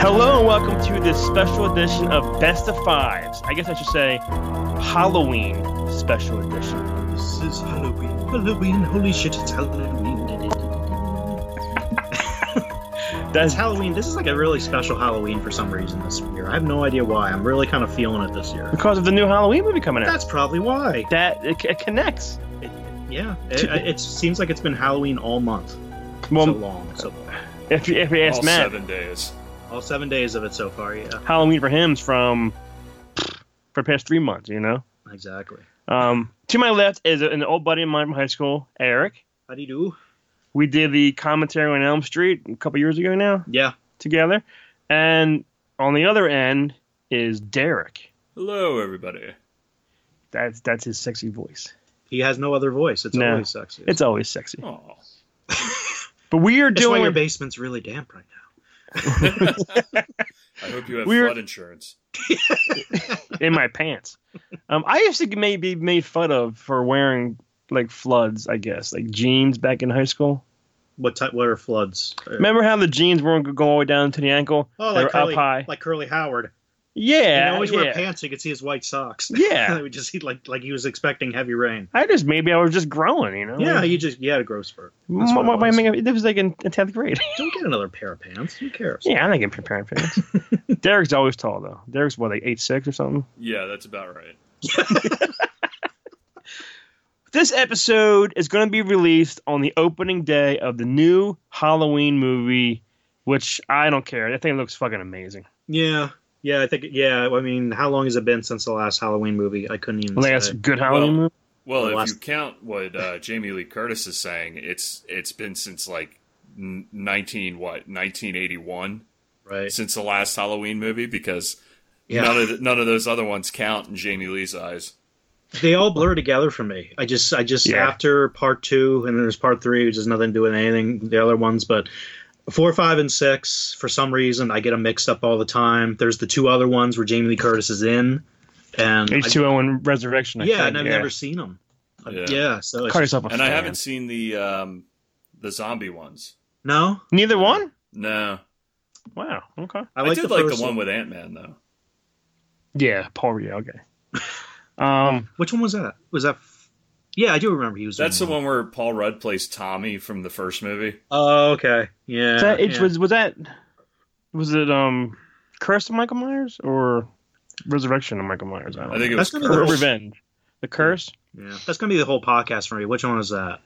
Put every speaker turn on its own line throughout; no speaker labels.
Hello and welcome to this special edition of Best of Fives. I guess I should say Halloween special edition.
This is Halloween. Halloween. Holy shit, it's Halloween. That's
That's
Halloween. This is like a really special Halloween for some reason this year. I have no idea why. I'm really kind of feeling it this year.
because of the new Halloween movie coming out.
That's probably why.
That it, it connects.
Yeah. It, it seems like it's been Halloween all month. so
Well,
long. So long.
if you, if you ask
all
Matt,
seven days.
All seven days of it so far. Yeah.
Halloween for him's from for the past three months. You know.
Exactly.
Um, to my left is an old buddy of mine from high school, Eric.
How do you do?
We did the commentary on Elm Street a couple years ago now
Yeah.
together, and on the other end is Derek.
Hello, everybody.
That's that's his sexy voice.
He has no other voice. It's
No.
always sexy.
It's always sexy.
Oh,
But we are
That's why your
doing.
basement's really damp right now.
I hope you have
We're-
flood insurance.
in my pants. Um, I used to get maybe made fun of for wearing like floods, I guess, like jeans back in high school.
What type? What are floods?
Remember how the jeans weren't going all the way down to the ankle?
Oh,
they
like
were
Curly,
up high.
like Curly Howard.
yeah,
he always
yeah.
wear pants so you could see his white socks.
Yeah.
we just he, like like he was expecting heavy rain.
I just maybe I was just growing, you know.
Yeah, you just you had a growth spurt.
M-
that's what
m-
it
my
was.
makeup- This was like in, in tenth grade.
Don't get another pair of pants. Who cares?
yeah, I'm not getting preparing for this. Derek's always tall though. Derek's what like eight six or something.
Yeah, that's about right.
This episode is going to be released on the opening day of the new Halloween movie, which I don't care. That thing looks fucking amazing.
yeah, yeah. I think yeah. I mean, how long has it been since the last Halloween movie? I couldn't even.
Last
say.
good Halloween
Well,
movie.
Well,
The
if
last-
you count what uh, Jamie Lee Curtis is saying, it's it's been since like n- nineteen what nineteen eighty one
right.
since the last Halloween movie because
Yeah,
none of the, none of those other ones count in Jamie Lee's eyes.
they all blur together for me. I just, I just
Yeah.
after part two, and then there's part three, which has nothing to do with anything the other ones, but. Four, five, and six. For some reason, I get them mixed up all the time. There's the two other ones where Jamie Lee Curtis is in, and I-
H two O and Resurrection. I
yeah,
think,
and I've never seen them. Yeah,
Yeah.
so it's
call yourself a
And I
fan.
haven't seen the um, the zombie ones.
no.
Neither one.
No,
Wow. Okay.
I,
like
did
the
like the
first
one with Ant Man though.
Yeah, Paul Rhea. Okay. Um.
Which one was that? Was that? f- Yeah, I do remember he was. in
That's the one where Paul Rudd plays Tommy from the first movie.
Oh, okay. Yeah.
was that, it
yeah.
was was that was it um Curse of Michael Myers or Resurrection of Michael Myers? I don't
I think it
That's
was
gonna
know.
be the
or
whole-
Revenge. The Curse.
Yeah. That's gonna be the whole podcast for me. Which one was that?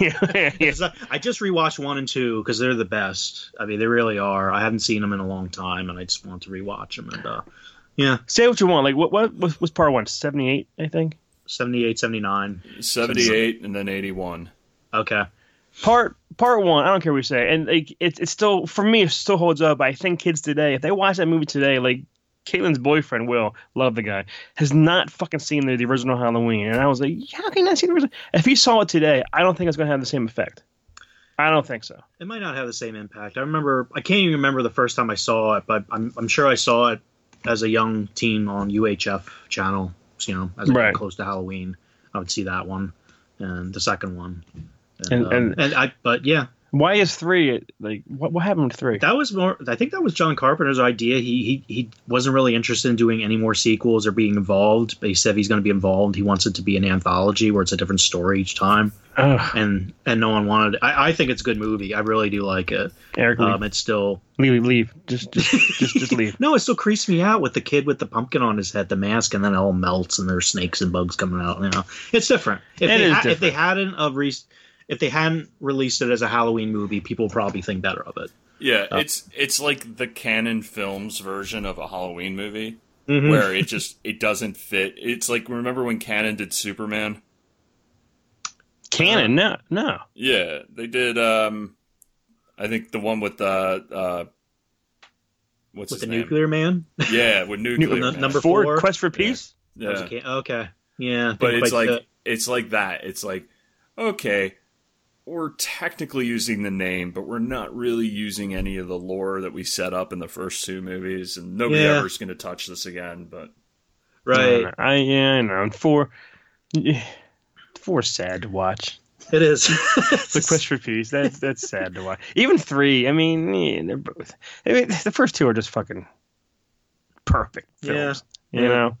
yeah. yeah.
'Cause I- I just rewatched one and two because they're the best. I mean, they really are. I haven't seen them in a long time, and I just want to rewatch them. And uh, yeah,
Say what you want. Like what what was, was part one? Seventy eight, I think.
78, 79.
78 and then 81.
Okay.
Part part one. I don't care what you say. And like it's it's still for me it still holds up. I think kids today, if they watch that movie today, like Caitlin's boyfriend Will, love the guy, has not fucking seen the, the original Halloween. And I was like, how can you not see the original? If he saw it today, I don't think it's gonna have the same effect. I don't think so.
It might not have the same impact. I remember. I can't even remember the first time I saw it, but I'm, I'm sure I saw it as a young teen on UHF channel. You know, as I got
Right.
close to Halloween, I would see that one and the second one.
And-
um,
and-
I, but yeah,
Why is three like what what happened to three?
that was more. I think that was John Carpenter's idea. He he, he wasn't really interested in doing any more sequels or being involved. But he said if he's going to be involved, he wants it to be an anthology where it's a different story each time.
Ugh,
And and no one wanted. It. I I think it's a good movie. I really do like it.
Eric, leave,
Um, it's still
leave, leave, leave. Just, just, just, just leave.
No, it still creeps me out with the kid with the pumpkin on his head, the mask, and then it all melts, and there's snakes and bugs coming out. You know, it's different. If
It
they
is
If they hadn't of re- if they hadn't released it as a Halloween movie, people would probably think better of it.
Yeah, it's it's like the canon films version of a Halloween movie
Where-
where it just it doesn't fit. It's like remember when Canon did Superman?
Canon, no, no.
Yeah, they did um I think the one with uh uh what's
with
his
the
name?
nuclear man,
Yeah, with nuclear.
Nu-
Man.
number
Four,
four?
Quest for Peace.
That was
yeah.
a kid- okay, yeah,
But
didn't
it's
quite
like
fit.
it's like that. It's like okay, we're technically using the name, but we're not really using any of the lore that we set up in the first two movies, and nobody
Yeah.
ever's going to touch this again. But
right.
Uh, I, I yeah, I know. And four, yeah, four's sad to watch.
It is. It's
The quest for peace. That's that's sad to watch. Even three. I mean, yeah, they're both. I mean, the first two are just fucking perfect films.
Yeah.
You
Yeah.
know,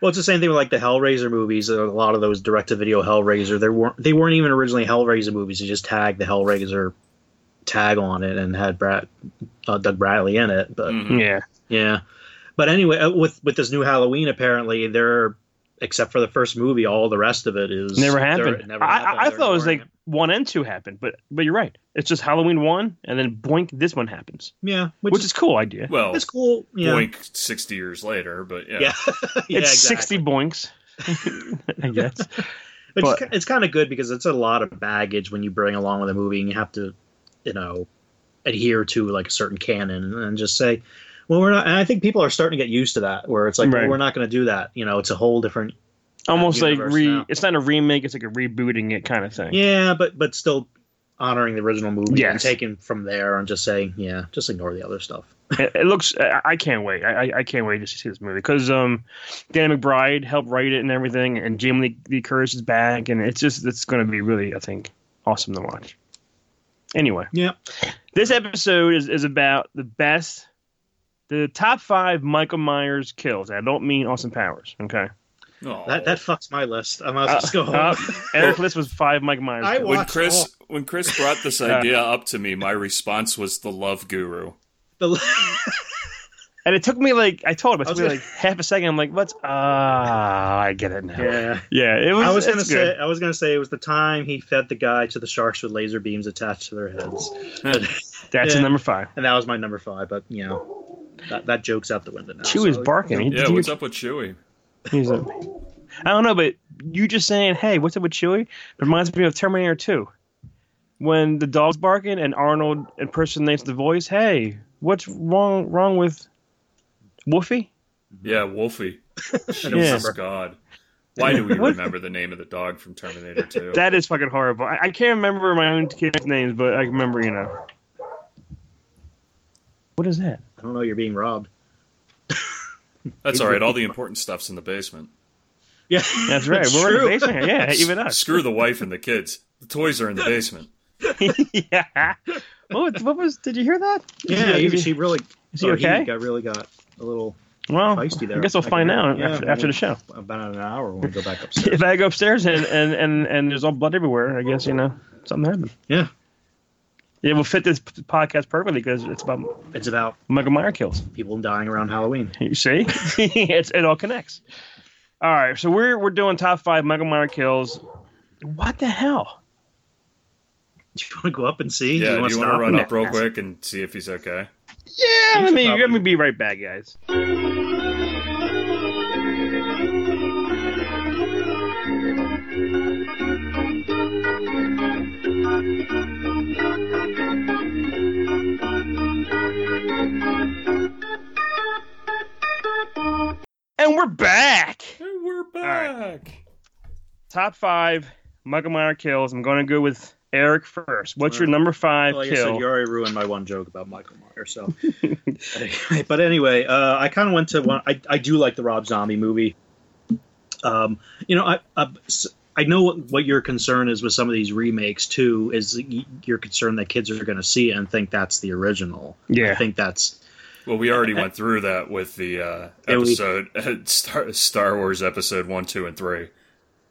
Well, it's the same thing with like the Hellraiser movies. A lot of those direct-to-video Hellraiser, they weren't they weren't even originally Hellraiser movies. They just tagged the Hellraiser tag on it and had Brad, uh, Doug Bradley in it. But
Mhm.
yeah.
yeah, but anyway, uh, with with this new Halloween, apparently they're except for the first movie, all the rest of it is
Never
they're-
happened.
it never
I, I-
happened.
I,
They're
thought it was
ignoring
like one and two happened, but but you're right. It's just Halloween one, and then boink, this one happens,
yeah,
which,
which,
is cool idea.
Well,
it's cool. Yeah,
boink sixty years later, but yeah,
yeah, Yeah,
it's
exactly.
sixty boinks, I guess.
Which is
But-
ki- it's kind of good because it's a lot of baggage when you bring along with a movie, and you have to, you know, adhere to like a certain canon and just say, "Well, we're not." And I think people are starting to get used to that, where it's like, well,
Right.
"We're not going to do that." You know, it's a whole different.
Almost like
universe
re.
now.
It's not a remake. It's like a rebooting it kind of thing.
Yeah, but but still honoring the original movie and
Yes.
taking from there and just saying, "Yeah, just ignore the other stuff."
it, it looks. I, I can't wait. I, I- I can't wait to see this movie because um, Dan McBride helped write it and everything, and Jamie Lee, Lee Curtis is back, and it's just it's going to be really, I think, awesome to watch. Anyway,
Yeah.
this episode is is about the best, the top five Michael Myers kills. I don't mean Austin Powers. Okay,
Aw.
That that fucks my list. I'm gonna just go home.
Oh. Uh, Eric List was five Michael Myers.
I
kills.
wa-
when
Watch
Chris
all.
when Chris brought this idea up to me, my response was the Love Guru.
The-
and it took me like I told him it
I
took
was
me
gonna-
like half a second. I'm like, what's ah? I get it now. Yeah,
yeah.
it was.
I was
it's
gonna
good.
say I was gonna say it was the time he fed the guy to the sharks with laser beams attached to their heads,
that's
yeah.
number five.
and that was my number five. But you know, that, that joke's out the window now.
Chew is
so-
barking. He-
Yeah,
did you-
what's up with Chewy?
He's a, I don't know, but you just saying, "Hey, what's up with Chewie?" reminds me of Terminator Two, when the dog's barking and Arnold impersonates the voice. Hey, what's wrong wrong with Woofy?
Yeah, Wolfie.
Yeah.
Jesus God. Why do we
What-
remember the name of the dog from Terminator 2?
That is fucking horrible. I, I can't remember my own kids' names, but I remember, you know. What is that?
I don't know. You're being robbed.
That's all right. All the important stuff's in the basement.
Yeah,
That's right.
It's
We're in
true.
the basement. here. Yeah, even us.
Screw the wife and the kids. The toys are in the basement.
yeah. What, what was? Did you hear that?
Yeah,
Is
he,
he-
she really.
Is he
or
okay?
He got really got a little
Well, I
feisty there.
guess we'll
I can
find
hear-
out
yeah,
after, after the show.
we'll- About an hour when we go back upstairs.
if I go upstairs and, and, and, and there's all blood everywhere, I guess, you know, something happened.
yeah,
It will fit this p- podcast perfectly because it's about
it's about
Michael Meyer kills.
people dying around Halloween.
You see? it's, it all connects. All right, so we're, we're doing top five Michael Meyer kills. What the hell?
Do you want to go up and see?
Yeah, do you want to
stop?
run up real quick and see if he's okay?
Yeah, let
should
me, let
probably-
me be right back, guys. And we're back.
We're back.
Top five Michael Meyer kills. I'm going to go with Eric first. What's your
Well,
number five
Like I
kill?
said, you already ruined my one joke about Michael Myers. So, Anyway, but anyway, uh, I kind of went to one. I, I do like the Rob Zombie movie. Um, you know, I, I I know what, what your concern is with some of these remakes too. Is y- your concern that kids are going to see it and think that's the original? I
yeah.
think that's
Well, we already went through that with the uh,
Yeah, we-
episode Star, Star Wars episode one, two, and three.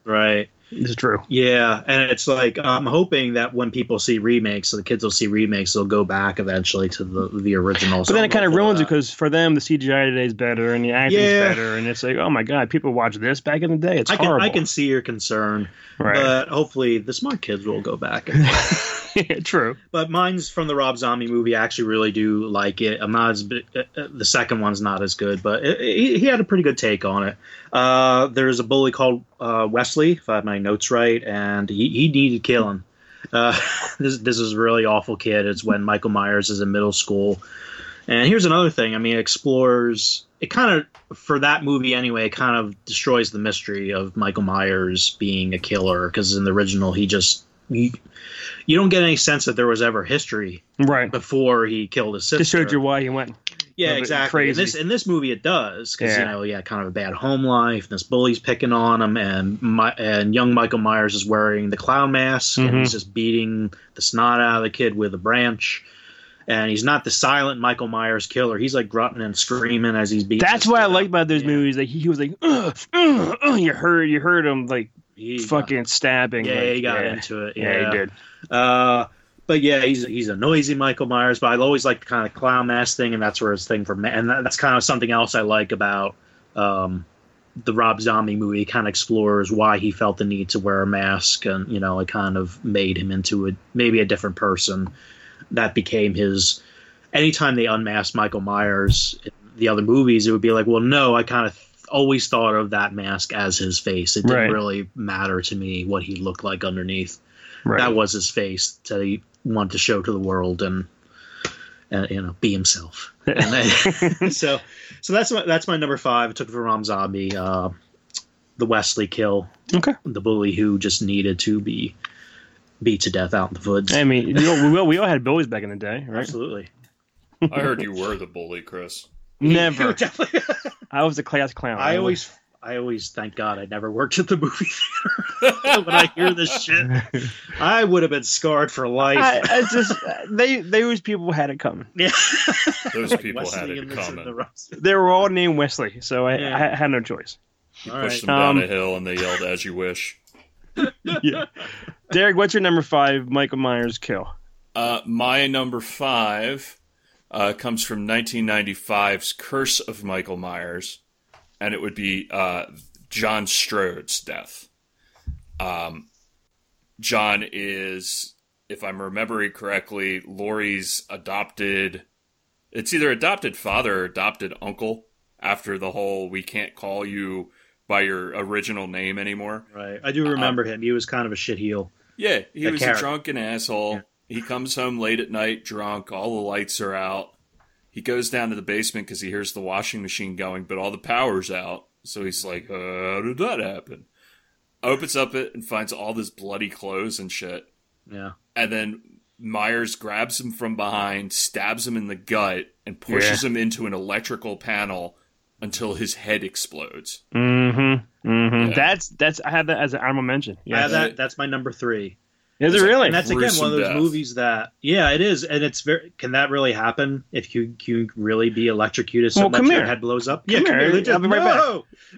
right.
It's true.
Yeah, and it's like I'm hoping that when people see remakes, so the kids will see remakes, they'll go back eventually to the the original.
But then it kind of ruins it
because.
because for them the CGI today is better and the acting is
Yeah.
better and it's like oh my god people watch this back in the day it's
I can,
horrible
I can see your concern,
right
but hopefully the smart kids will go back. And,
true
but mine's from the Rob Zombie movie. I actually really do like it. I'm not as bi- uh, uh, the second one's not as good, but it, it, he had a pretty good take on it. Uh, there's a bully called uh, Wesley, if I have my notes right, and he, he needed killing. Uh, this this is a really awful kid. It's when Michael Myers is in middle school. And here's another thing. I mean, it explores it kind of for that movie anyway. It kind of destroys the mystery of Michael Myers being a killer because in the original he just you, you don't get any sense that there was ever history
right
before he killed his sister.
just showed you why you went
Yeah,
Of it
exactly. In
crazy.
this in this movie, it does because
Yeah.
you know, yeah, kind of a bad home life, and this bully's picking on him, and my, and young Michael Myers is wearing the clown mask, and
Mhm.
he's just beating the snot out of the kid with a branch, and he's not the silent Michael Myers killer. He's like grunting and screaming as he's beating.
That's
this
what I
kid
like
up.
about those
Yeah.
movies. Like he, he was like, "Ugh, ugh, ugh," you heard, you heard him like
He got-
fucking stabbing.
yeah,
like,
he got
yeah.
into it.
Yeah, he did.
Uh, but yeah, he's he's a noisy Michael Myers. But I always like the kind of clown mask thing, and that's where his thing from. And that, that's kind of something else I like about um, the Rob Zombie movie. Kind of explores why he felt the need to wear a mask, and you know, it kind of made him into a maybe a different person. That became his. Anytime they unmasked Michael Myers in the other movies, it would be like, well, no, I kind of always thought of that mask as his face. It didn't
Right.
really matter to me what he looked like underneath
Right.
that was his face that he wanted to show to the world and, and you know be himself and then- so so that's my that's my number five I took it from Rom Zombie uh, the Wesley kill
okay.
the bully who just needed to be beat to death out in the woods
I mean, you know, we all, we all had bullies back in the day, right?
absolutely
I heard you were the bully, Chris.
Never.
Definitely.
I was a class clown.
I always I always thank God I never worked at the movie theater when I hear this shit I would have been scarred for life
I, I just they those people had it coming.
yeah.
Those people had it
and
in
this and
common.
the rest.
They were all named Wesley, so I,
Yeah.
I had no choice.
You
All
pushed
right.
them down
Um,
a hill and they yelled, "As you wish."
Yeah. Derek, what's your number five? Michael Myers kill.
Uh, my number five uh, comes from 1995's Curse of Michael Myers, and it would be uh, John Strode's death. Um, John is, if I'm remembering correctly, Laurie's adopted. It's either adopted father or adopted uncle. After the whole, we can't call you by your original name anymore.
Right. I do remember him. He was kind of a shit heel.
Yeah, he
a
was a
character.
drunken asshole. He comes home late at night, drunk. All the lights are out. He goes down to the basement because he hears the washing machine going, but all the power's out. So he's like, "Uh, "How did that happen?" Opens up it and finds all this bloody clothes and shit.
Yeah.
And then Myers grabs him from behind, stabs him in the gut, and pushes him into an electrical panel until his head explodes.
Mm-hmm. Mm-hmm.
Yeah.
That's that's I have that as an honorable mention.
I
Yeah.
have that. That's my number three.
Is it really?
And that's again one
Gruesome
of those
death.
movies that, yeah, it is, and it's very. Can that really happen? If you you really be electrocuted so
Well,
much
come
your
here.
head blows up?
Come
yeah,
here.
Really
I'll be right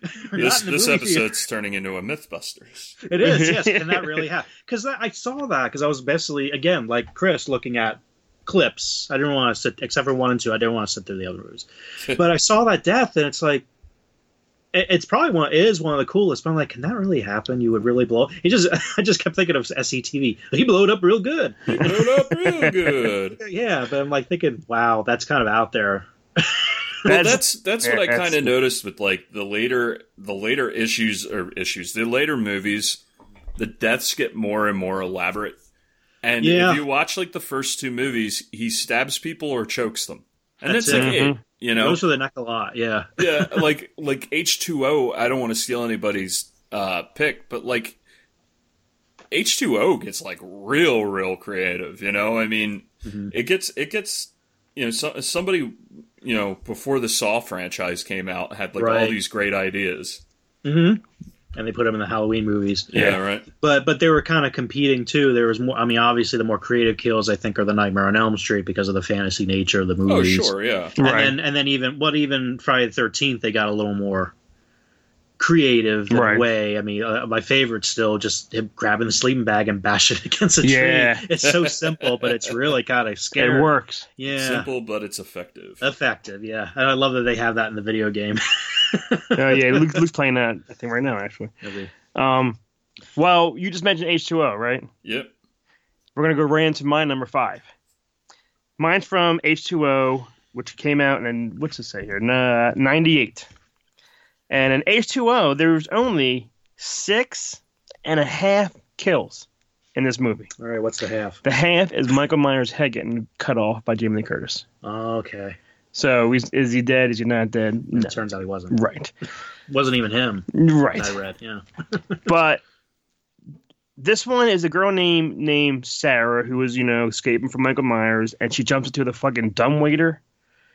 back.
back.
This this episode's turning into a MythBusters.
It is, yes. Can that really happen? Because I saw that because I was basically again like Chris looking at clips. I didn't want to sit except for one and two. I didn't want to sit through the other movies, but I saw that death and it's like. it- It's probably one. It is one of the coolest. But I'm like, can that really happen? You would really blow. He just, I just kept thinking of SCTV. He blowed up real good.
Load up real good.
Yeah, but I'm like thinking, wow, that's kind of out there.
Well,
That's-
that's that's what
yeah,
I
that's-
kind of noticed with like the later the later issues or issues the later movies, the deaths get more and more elaborate. And
Yeah.
if you watch like the first two movies, he stabs people or chokes them, and
That's Mm-hmm.
it's like,
it.
hey,
Mhm.
you know,
Those are the neck a lot. Yeah,
yeah, like like H two O. I don't want to steal anybody's uh, pick, but like H two O gets like real, real creative. You know, I mean,
Mhm.
it gets it gets you know so, somebody you know before the Saw franchise came out had like all
Right.
these great ideas.
hmm and they put them in the Halloween movies.
Yeah.
right.
but but they were kind of competing too. There was more. I mean, obviously, the more creative kills I think are the Nightmare on Elm Street because of the fantasy nature of the
Oh,
movies.
sure, yeah.
And
right.
then and then even what even Friday the Thirteenth they got a little more creative in
Right.
a way. I mean, uh, my favorite still just him grabbing the sleeping bag and bashing it against a
Yeah.
tree. It's so simple, but it's really kind of scary.
it works.
Yeah.
Simple but it's effective.
Effective, yeah, and I love that they have that in the video game.
Oh yeah, Luke, Luke's playing that I think right now actually. Um, well, you just mentioned H two O, right?
yep.
We're gonna go right into my number five. Mine's from H two O, which came out in what's it say here? Ninety eight. And in H two O, there was only six and a half kills in this movie.
All right, what's the half?
The half is Michael Myers' head getting cut off by Jamie Lee Curtis.
Oh, okay,
So is, is he dead? Is he not dead? No.
it turns out he wasn't.
Right.
Wasn't even him.
Right.
I read. Yeah.
but this one is a girl named named Sarah who was you know escaping from Michael Myers, and she jumps into the fucking dumbwaiter,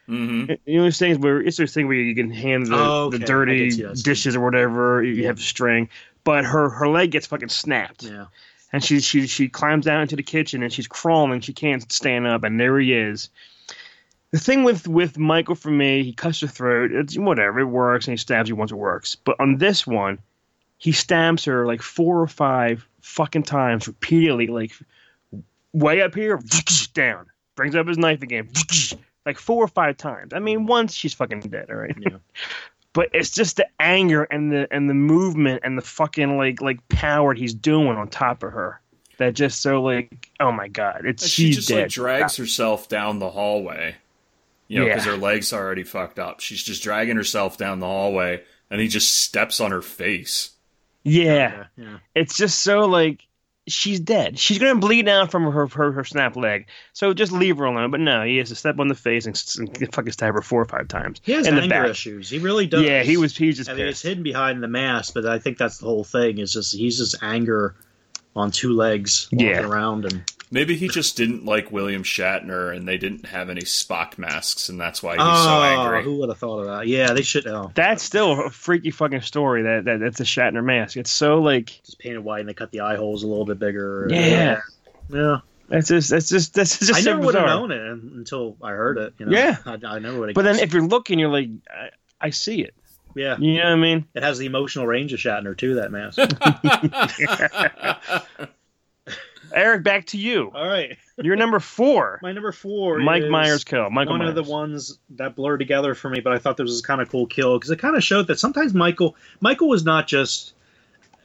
Mm-hmm.
You know those things where it's those thing where you can hand the,
Oh, okay.
the
I
dirty
did see that.
dishes or whatever. You have string, but her her leg gets fucking snapped,
Yeah.
and she she she climbs down into the kitchen and she's crawling. She can't stand up, and there he is. The thing with with Michael for me, he cuts her throat. It's whatever, it works, and he stabs you once it works. But on this one, he stabs her like four or five fucking times repeatedly, like way up here, down. Brings up his knife again, like four or five times. I mean, once she's fucking dead, all right.
Yeah.
but it's just the anger and the and the movement and the fucking like like power he's doing on top of her. That just so like, oh my god, it's
And
she's
she just
dead.
like drags herself down the hallway. You know,
Yeah.
because her legs are already fucked up. She's just dragging herself down the hallway, and he just steps on her face.
yeah.
Yeah. yeah.
it's just so like she's dead. She's gonna bleed out from her her, her snap leg. So just leave her alone. But no, he has to step on the face and, s- and fucking stab her four or five times.
He has
in the
anger
back.
issues. He really does.
Yeah, he was he's just
I mean, it's
pissed.
hidden behind the mask, but I think that's the whole thing. Is just he's just anger on two legs walking
Yeah.
around and
Maybe he just didn't like William Shatner, and they didn't have any Spock masks, and that's why he's
oh,
so angry.
who would have thought of that? Yeah, they should. Oh,
That's still a freaky fucking story. That, that that's a Shatner mask. It's so like
just painted white and they cut the eye holes a little bit bigger.
Yeah.
yeah.
that's just that's just that's just
I
so
never would have
bizarre.
known it until I heard it. You know?
Yeah.
I, I never would have.
But then if you're looking, you're like, I, I see it.
yeah,
You know what I mean?
it has the emotional range of Shatner too. That mask.
Oh. Eric, back to you.
All right,
You're number four.
my number four.
Mike
is
Myers kill. Michael
one
Myers.
of the ones that blur together for me, but I thought this was kind of cool kill because it kind of showed that sometimes Michael Michael was not just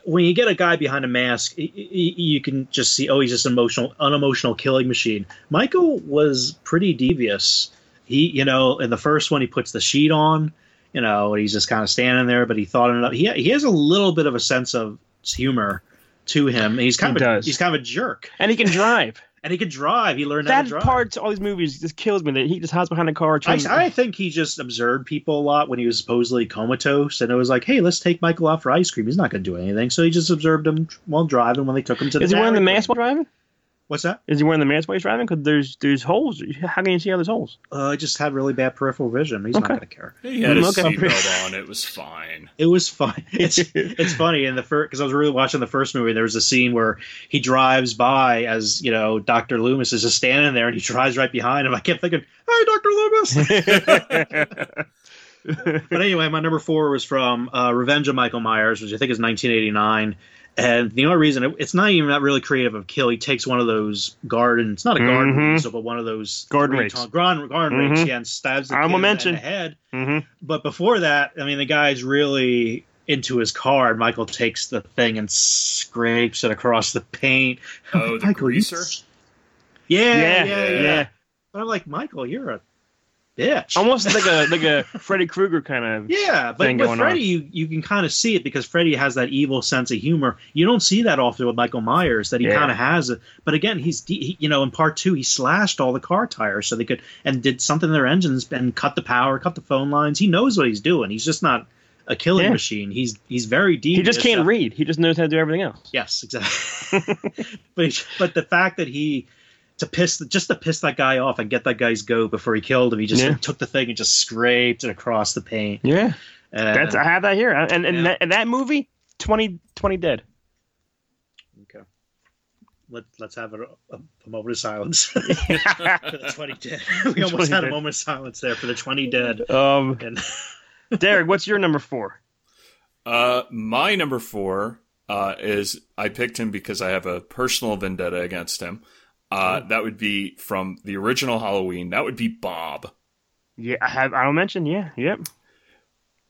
when you get a guy behind a mask, y- y- y- you can just see oh he's just an emotional unemotional killing machine. Michael was pretty devious. He you know in the first one he puts the sheet on, you know and he's just kind of standing there, but he thought it up. He he has a little bit of a sense of humor to him. He's kind
He
of a-
does.
he's kind of a jerk,
and he can drive.
and he could drive. He learned how to
that
drive.
part to all these movies just kills me. That he just hides behind a car.
I,
trying-
I think he just observed people a lot when he was supposedly comatose, and it was like, "Hey, let's take Michael out for ice cream. He's not going to do anything." So he just observed him while driving when they took him to the.
Is he wearing the
Dairy
mask
Queen.
while driving?
What's that?
Is he wearing the mask while he's driving? Because there's there's holes. How can you see how there's holes?
Uh, he just had really bad peripheral vision. He's not
Okay.
going to care.
he had a
Okay.
seatbelt on; it was fine.
It was fun. It's it's funny in the first because I was really watching the first movie. There was a scene where he drives by as you know Doctor Loomis is just standing there, and he drives right behind him. I kept thinking, "Hi, Doctor Loomis."
Mm-hmm.
but anyway, my number four was from uh, Revenge of Michael Myers, which I think is 1989. And the only reason it, it's not even that really creative of kill, he takes one of those garden, it's not a garden
Mhm.
weasel, but one of those
Garden
three
rakes.
ton- garden, garden
Mhm.
rakes, yeah, and stabs the,
I'm
kid
a
in the-
mention.
in the head.
mm-hmm.
But before that, I mean, the guy's really into his car, and Michael takes the thing and scrapes it across the paint.
Oh, the
Michael, you-
greaser.
Yeah,
Yeah,
yeah, yeah.
yeah.
But I'm like, Michael, you're a bitch.
Almost like a like a Freddy Krueger kind of.
Yeah, but
thing
with
going
Freddy,
on.
you, you can kind of see it because Freddy has that evil sense of humor. You don't see that often with Michael Myers that he
Yeah.
kind of has it. But again, he's de- he, you know in part two he slashed all the car tires so they could and did something to their engines and cut the power, cut the phone lines. He knows what he's doing. He's just not a killing
Yeah.
machine. He's he's very deep.
He just can't read. He just knows how to do everything else.
Yes, exactly. but he- but the fact that he to piss just to piss that guy off and get that guy's goat before he killed him, he just
Yeah.
took the thing and just scraped it across the paint.
Yeah,
And,
that's I have that here, and and,
Yeah.
that, and that movie 20, 20 dead.
Okay. Let, let's have a, a, a moment of silence for the 20 dead. We almost
20
had a
dead.
moment of silence there for the 20 dead.
um,
And
Derek, what's your number four?
Uh, my number four uh, is I picked him because I have a personal vendetta against him. Uh, That would be from the original Halloween. That would be Bob.
Yeah, I have. I don't mention. Yeah, yep.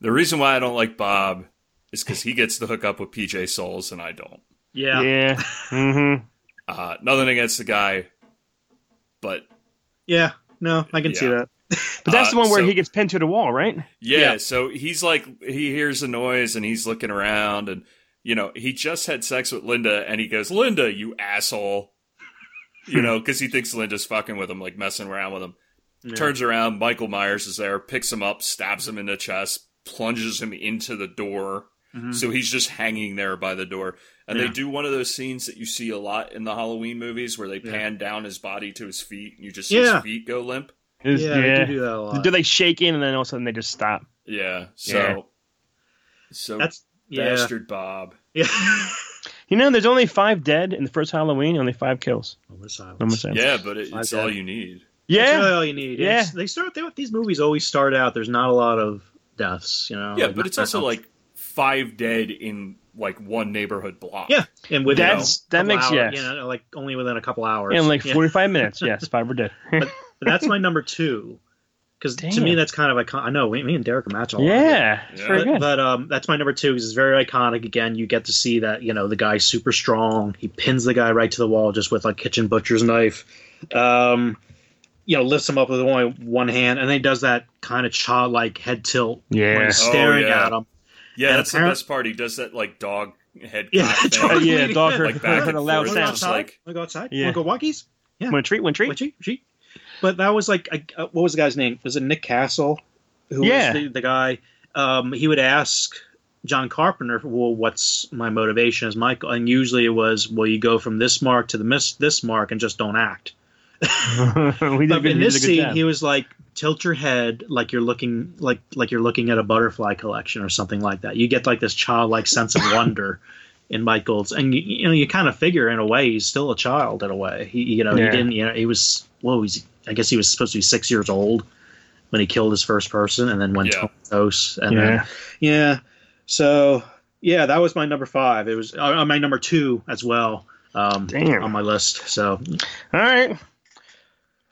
The reason why I don't like Bob is because he gets to hook up with PJ Souls and I don't.
yeah.
Yeah.
yeah.
Mm-hmm.
Uh, nothing against the guy, but
No, I can see
Yeah.
that.
But that's
Uh,
the one where
so-
he gets pinned to the wall, right?
yeah,
Yeah.
so he's like he hears a noise and he's looking around and you know he just had sex with Linda and he goes Linda you asshole, you know because he thinks Linda's fucking with him like messing around with him.
Yeah.
Turns around, Michael Myers is there, picks him up, stabs him in the chest, plunges him into the door.
Mm-hmm.
Mhm.
So he's just hanging there by the door. And they
Yeah.
do one of those scenes that you see a lot in the Halloween movies where they
Yeah.
pan down his body to his feet and you just see
Yeah.
his feet go limp.
It's-
yeah, they do do that a lot.
Do they shake in and then all of a sudden they just stop?
Yeah. So,
Yeah.
so
That's yeah,
bastard Bob.
yeah.
You know, there's only five dead in the first Halloween, only five kills.
Moment of silence.
No more sense.
Yeah, but it,
Five
it's
dead.
all you need.
That's really
Yeah.
all you need.
Yeah.
It's- they start. They, these movies always start out. There's not a lot of deaths, you know.
Yeah,
Like,
but it's
Uh, not-
also like five dead in like one neighborhood block.
yeah, and within
That's-
a
that
couple
makes-
hour,
yes.
you know, like only within a couple hours.
In like
Yeah.
45 minutes. Yes, five were dead.
But that's my number two, because to
Damn.
me that's kind of iconic. I know we- me and Derek are matching. a lot.
yeah. It's
Yeah.
very
But,
good.
but, um, that's my number two. 'cause It's very iconic. Again, you get to see that you know the guy's super strong. He pins the guy right to the wall just with like kitchen butcher's knife. Um, you know, lifts him up with only one hand, and then he does that kind of childlike head tilt when
Yeah.
he's staring
Oh, yeah.
at him.
Yeah,
And
that's
apparent-
the best part. He does that like dog head.
Yeah,
cock thing.
Uh,
totally.
yeah, dog heard,
Like back
heard a
and
loud
forth.
sound.
Sounds like-
Wanna go outside?
Yeah.
Wanna go walkies?
One treat, one treat.
What you- she- But that was like, I- uh, what was the guy's name? Was it Nick Castle? Who
Yeah.
was the, the guy? Um, he would ask John Carpenter, "Well, what's my motivation as Michael?" And usually it was, "Well, you go from this mark to the miss this mark and just don't act."
we did,
But
good,
in
we did
this
a good
scene,
job.
he was like, "Tilt your head like you're looking like like you're looking at a butterfly collection or something like that." You get like this childlike sense of wonder in Michael's, and you, you know you kind of figure in a way he's still a child in a way. He you know
Yeah.
he didn't you know he was well he's I guess he was supposed to be six years old when he killed his first person, and then when
Yeah.
Tos, and
yeah.
then yeah. So yeah, that was my number five. It was uh, my number two as well um,
Damn.
on my list. So
All right.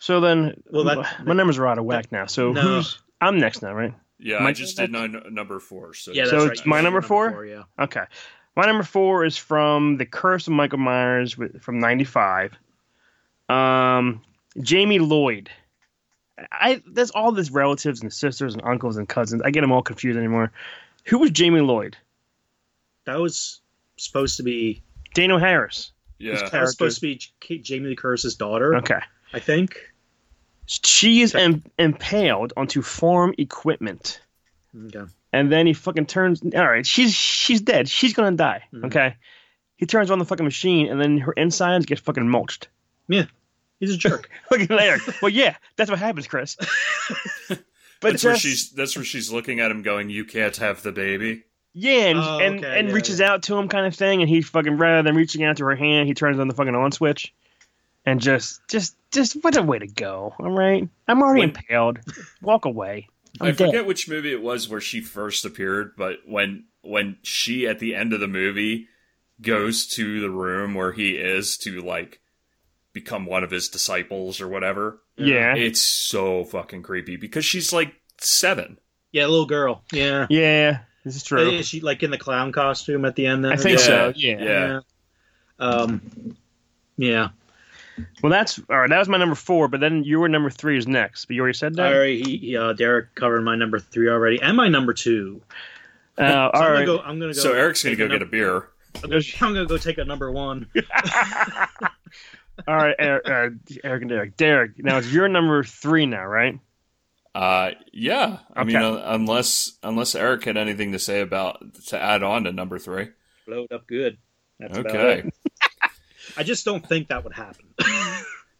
So then,
Well, that-
my numbers are out of whack now. So
No.
who's I'm next now, right?
Yeah,
My-
I just did nine, number four. So,
yeah,
So
that's
it's
right.
my
Your
number four?
yeah.
Okay. My number four is from The Curse of Michael Myers with, from '95. Um, Jamie Lloyd. I that's all his relatives and sisters and uncles and cousins. I get them all confused anymore. Who was Jamie Lloyd?
that was supposed to be
Daniel Harris.
yeah.
that was supposed to be K- Jamie Lee Curtis's daughter,
Okay.
I think.
She is im- impaled onto farm equipment.
Okay.
and then he fucking turns. All right, she's she's dead. She's gonna die.
Mhm.
Okay. He turns on the fucking machine, and then her insides get fucking mulched.
He's a jerk.
Look at there. well, yeah, that's what happens, Chris. but
that's where
just,
she's that's where she's looking at him, going, "You can't have the baby."
yeah, and
Oh,
and,
okay,
and
yeah,
reaches
yeah.
out to him, kind of thing. And he fucking rather than reaching out to her hand, he turns on the fucking on switch, and just just just what a way to go. All right, I'm already
When-
impaled. Walk away. I'm
I
dead.
forget which movie it was where she first appeared, but when when she at the end of the movie goes to the room where he is to like become one of his disciples or whatever,
Yeah. yeah.
it's so fucking creepy because she's like seven.
yeah, little girl. Yeah.
this is true.
Is she like in the clown costume at the end? Then
I think
Yeah.
so. Yeah.
Yeah.
Um. Yeah.
Well, that's all right. That was my number four, but then your number three is next. But you already said that.
All right. He, he, uh, Derek covered my number three already, and my number two.
Uh,
So
all
I'm
right.
Gonna go, I'm gonna go.
So Eric's gonna
take
go get a
num-
beer.
I'm gonna go take a number one.
all right, Eric, uh, Eric and Derek. Derek, now it's your number three now, right?
Uh, yeah. I mean,
Okay.
un- unless unless Eric had anything to say about to add on to number three.
Load up good. That's about
okay.
it. I just don't think that would happen.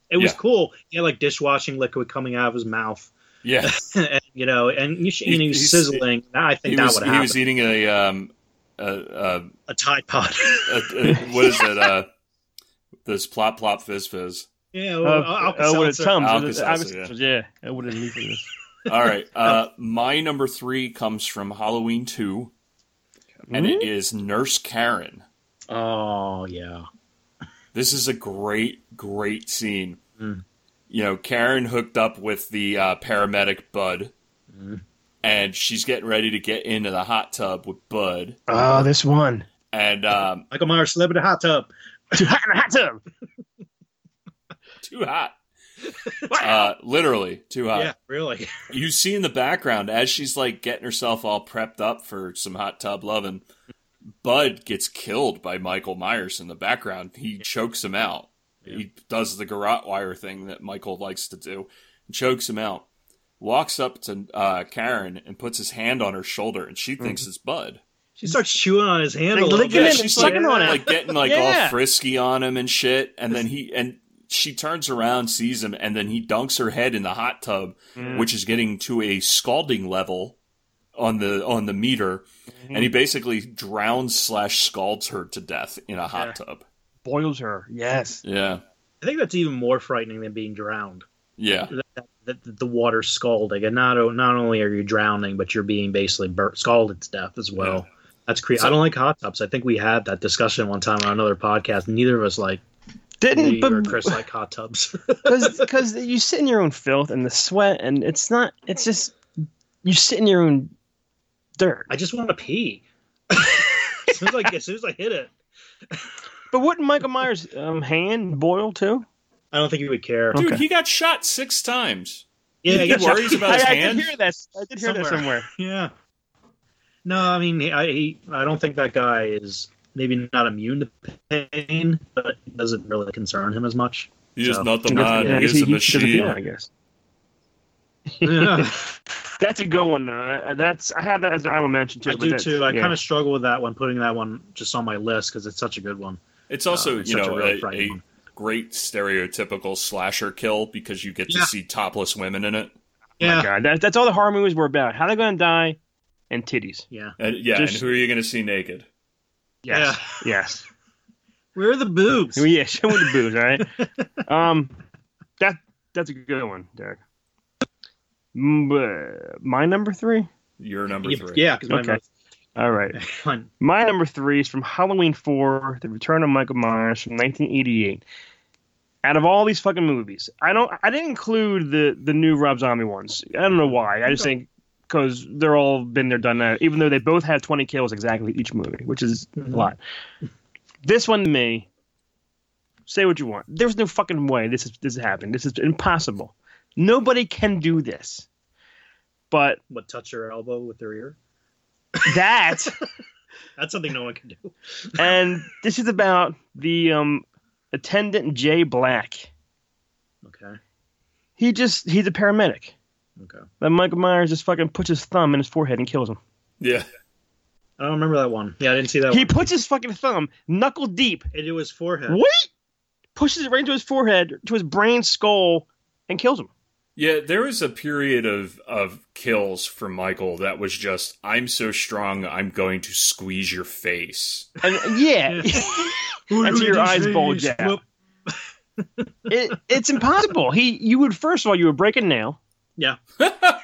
it was
Yeah.
cool. He had like dishwashing liquid coming out of his mouth.
Yeah.
and you know, and you should, and
He-
he was
he's-
sizzling. I think
He
that
was,
would
he
happen.
was eating a um a, a,
a Tide Pod.
a, a what is it uh this plop plop fizz fizz.
yeah,
Oh,
well,
uh,
Alka-Seltzer.
oh, with a Tums.
Alka-Seltzer,
I was- yeah. I would have knew for this.
All right. Uh, my number three comes from Halloween two, and it
Mm-hmm.
is Nurse Karen.
Oh yeah,
This is a great, great scene.
Mm.
You know, Karen hooked up with the uh, paramedic Bud,
Mm.
and she's getting ready to get into the hot tub with Bud.
Oh, this one.
And um,
Michael Myers slid in a hot tub.
Too hot in a hot tub.
too hot. Uh, literally too hot.
yeah, really.
You see in the background as she's like getting herself all prepped up for some hot tub loving. Bud gets killed by Michael Myers in the background. He chokes him out.
Yeah.
He does the garrote wire thing that Michael likes to do, and chokes him out. Walks up to uh, Karen and puts his hand on her shoulder, and she thinks it's Bud.
She starts chewing on his hand.
Like
a little
licking
bit.
it and
she's
sucking
like,
on it.
like getting like
Yeah.
all frisky on him and shit. And then he and she turns around, sees him, and then he dunks her head in the hot tub,
Hmm. Mm.
which is getting to a scalding level on the on the meter,
Mm.
and he basically drowns slash scalds her to death in a hot tub.
Boils her. Yes.
Yeah,
I think that's even more frightening than being drowned.
yeah,
The, the, the water scalding, and not o- not only are you drowning, but you're being basically burnt, scalded to death as well. That's crazy. I don't like hot tubs. I think we had that discussion one time on another podcast. Neither of us like
Didn't
neither
but
or Chris like hot tubs.
because you sit in your own filth and the sweat and it's not it's just you sit in your own dirt.
I just want to pee. as, soon as, I, as soon as I hit it,
But wouldn't Michael Myers' um, hand boil too?
I don't think he would care.
dude,
Okay.
he got shot six times.
Yeah, I
he
guess I-
worries about
I,
his
I did
hand.
hear that. I did hear that
Somewhere.
somewhere.
Yeah. No, I mean, he- I he, I don't think that guy is maybe not immune to pain, but it doesn't really concern him as much.
He is
So-
not the man.
Yeah, I
he
guess
is a
he- he doesn't feel it, I
machine.
guess.
Yeah,
That's a good one. though. Uh, that's I had that as an honorable mention too.
I
but
do
that-
too. I
yeah. Oh
kind of struggle with that one, putting that one just on my list because it's such a good one.
It's also
Uh, it's
you
such
know
a really
a,
frightening
a
one.
great stereotypical slasher kill because you get to
Yeah.
see topless women in it.
My
Yeah,
God, that, that's all the horror movies were about. How they're gonna die, and titties.
yeah,
And, yeah,
Just-
and who are you going to see naked?
Yes, yes.
Where are the boobs?
I mean, yeah, show with the booze. All right. um, that that's a good one, Derek. M- uh, My number three.
You're number three.
yeah, because
Okay. All right.
my
My number three is from Halloween 4, The Return of Michael Myers from 1988. Out of all these fucking movies, I don't, I didn't include the the new Rob Zombie ones. I don't know why. I just think because they're all been there, done that. Even though they both have 20 kills exactly each movie, which is
Mm-hmm.
a lot. This one to me, say what you want. There's no fucking way this is this happened. This is impossible. Nobody can do this. But
what touch your elbow with their ear?
that.
That's something no one can do.
and this is about the um, attendant Jay Black.
Okay,
He just he's a paramedic.
okay.
That Michael Myers just fucking puts his thumb in his forehead and kills him.
Yeah.
I don't remember that one. Yeah, I didn't see that.
He
one.
puts his fucking thumb knuckle deep.
It, it was forehead.
Wait, pushes it right into his forehead, to his brain skull, and kills him.
Yeah, there was a period of of kills for Michael that was just I'm so strong, I'm going to squeeze your face.
And uh, yeah, until your eyes bulge out. it, it's impossible. He you would first of all you would break a nail.
I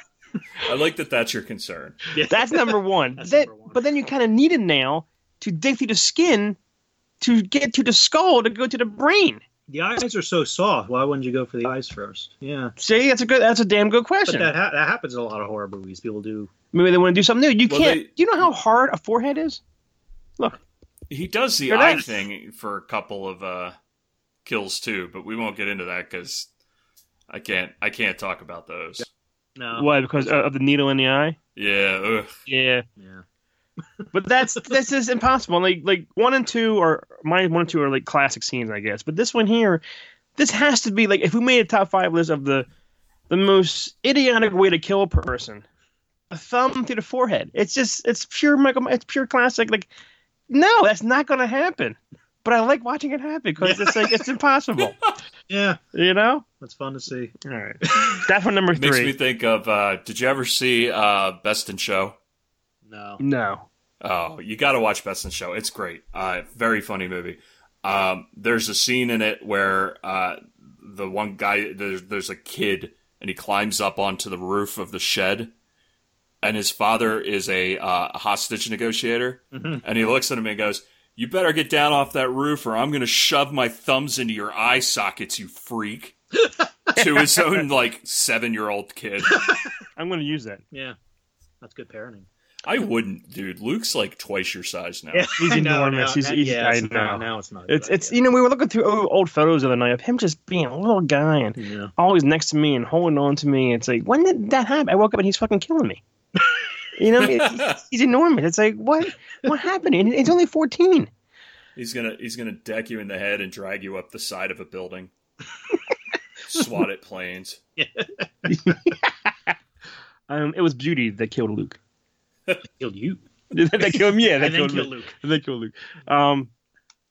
like that that's your concern.
Yeah.
That's number one.
That's
That-
number one.
But then you kind of need a nail to dig through the skin to get to the skull to go to the brain.
The eyes are so soft. Why wouldn't you go for the eyes first? Yeah,
See, that's a good. That's a damn good
but
question.
that ha- that happens in a lot of horror movies. People do.
Maybe they want to do something new. You
Well,
can't.
they-
do you know how hard a forehead is?
He does the
You're
eye
right.
thing for a couple of uh kills too, but we won't get into that cuz I can't I can't talk about those.
No.
Why? Because uh, of the needle in the eye.
Yeah. ugh.
Yeah,
Yeah.
but that's that's just impossible. Like like one and two are my one and two are like classic scenes, I guess. But this one here, this has to be like if we made a top five list of the the most idiotic way to kill a person, a thumb through the forehead. It's just it's pure Michael. My- It's pure classic. Like no, that's not gonna happen. But I like watching it happen because it's like it's impossible.
Yeah.
You know.
That's fun to see.
All right. That's for number
Makes
three.
me think of uh did you ever see uh Best in Show?
No.
no.
Oh, you got to watch Best in Show. It's great. Uh, very funny movie. Um, there's a scene in it where uh, the one guy, there's, there's a kid, and he climbs up onto the roof of the shed, and his father is a uh, hostage negotiator,
Mm-hmm.
and he looks at him and goes, "You better get down off that roof, or I'm going to shove my thumbs into your eye sockets, you freak." to his own like seven year old kid.
I'm going to use that.
Yeah. That's good parenting.
I wouldn't, dude. Luke's like twice your size now.
He's enormous. He's- he's- I
it's-
know.
Now it's not. a
It's
good
it's you know we were looking through old- old photos the other night of him just being a little guy and
idea. Yeah.
always next to me and holding on to me. It's like when did that happen? I woke up and he's fucking killing me. You know, it's- he's enormous. It's like what what happened? And it's only 14.
He's gonna he's gonna deck you in the head and drag you up the side of a building. SWAT at planes.
Um, it was Beauty that killed Luke.
Killed you.
that killed him. Yeah, that
And then
killed
killed
Luke.
Luke.
That killed Luke. Um,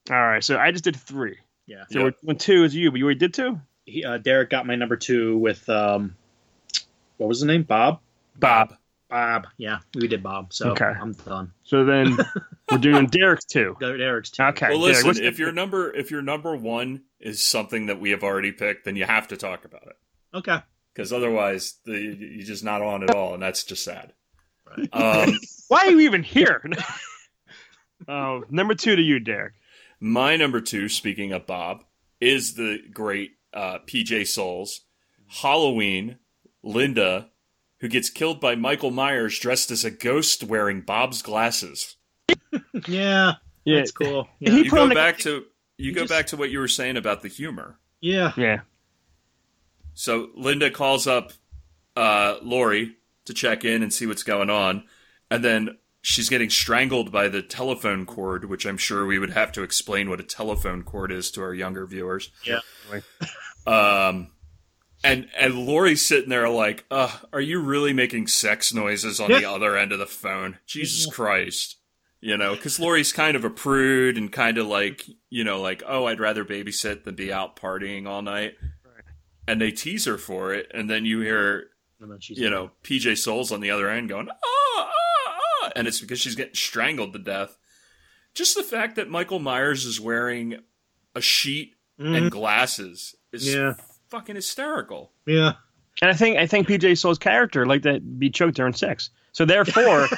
all right. So I just did three.
Yeah.
So we're doing two is you, but you already did two.
He, uh, Derek got my number two with um, what was the name? Bob.
Bob.
Bob. Yeah, we did Bob. So
Okay.
I'm done.
So then we're doing Derek's two.
Derek's two.
Okay.
Well,
Derek,
listen.
what's-
if your number if your number one is something that we have already picked, then you have to talk about it
Okay.
because otherwise, the, you're just not on at all, and that's just sad.
Right.
Um,
why are you even here? uh, number two to you, Derek.
My number two, speaking of Bob, is the great uh, PJ Souls, Halloween, Linda, who gets killed by Michael Myers dressed as a ghost wearing Bob's glasses.
Yeah,
Yeah.
That's cool.
He-
Yeah.
you
put
go
on a-
back to you
he
go
just-
back to what you were saying about the humor.
yeah.
Yeah.
So Linda calls up uh, Lori to check in and see what's going on, and then she's getting strangled by the telephone cord, which I'm sure we would have to explain what a telephone cord is to our younger viewers.
Yeah.
um, and and Lori's sitting there like, uh, "Are you really making sex noises on the
Yeah. Mm-hmm.
other end of the phone? Jesus Christ!" You know, because Lori's kind of a prude and kind of like, you know, like, "Oh, I'd rather babysit than be out partying all night."
Right.
And they tease her for it, and then you hear,
And then she's
you know, PJ Souls on the other end going, "Ah, ah, ah," and it's because she's getting strangled to death. Just the fact that Michael Myers is wearing a sheet
Mhm.
and glasses is
Yeah.
fucking hysterical.
Yeah.
And I think I think PJ Soul's character liked to be choked during sex. So therefore,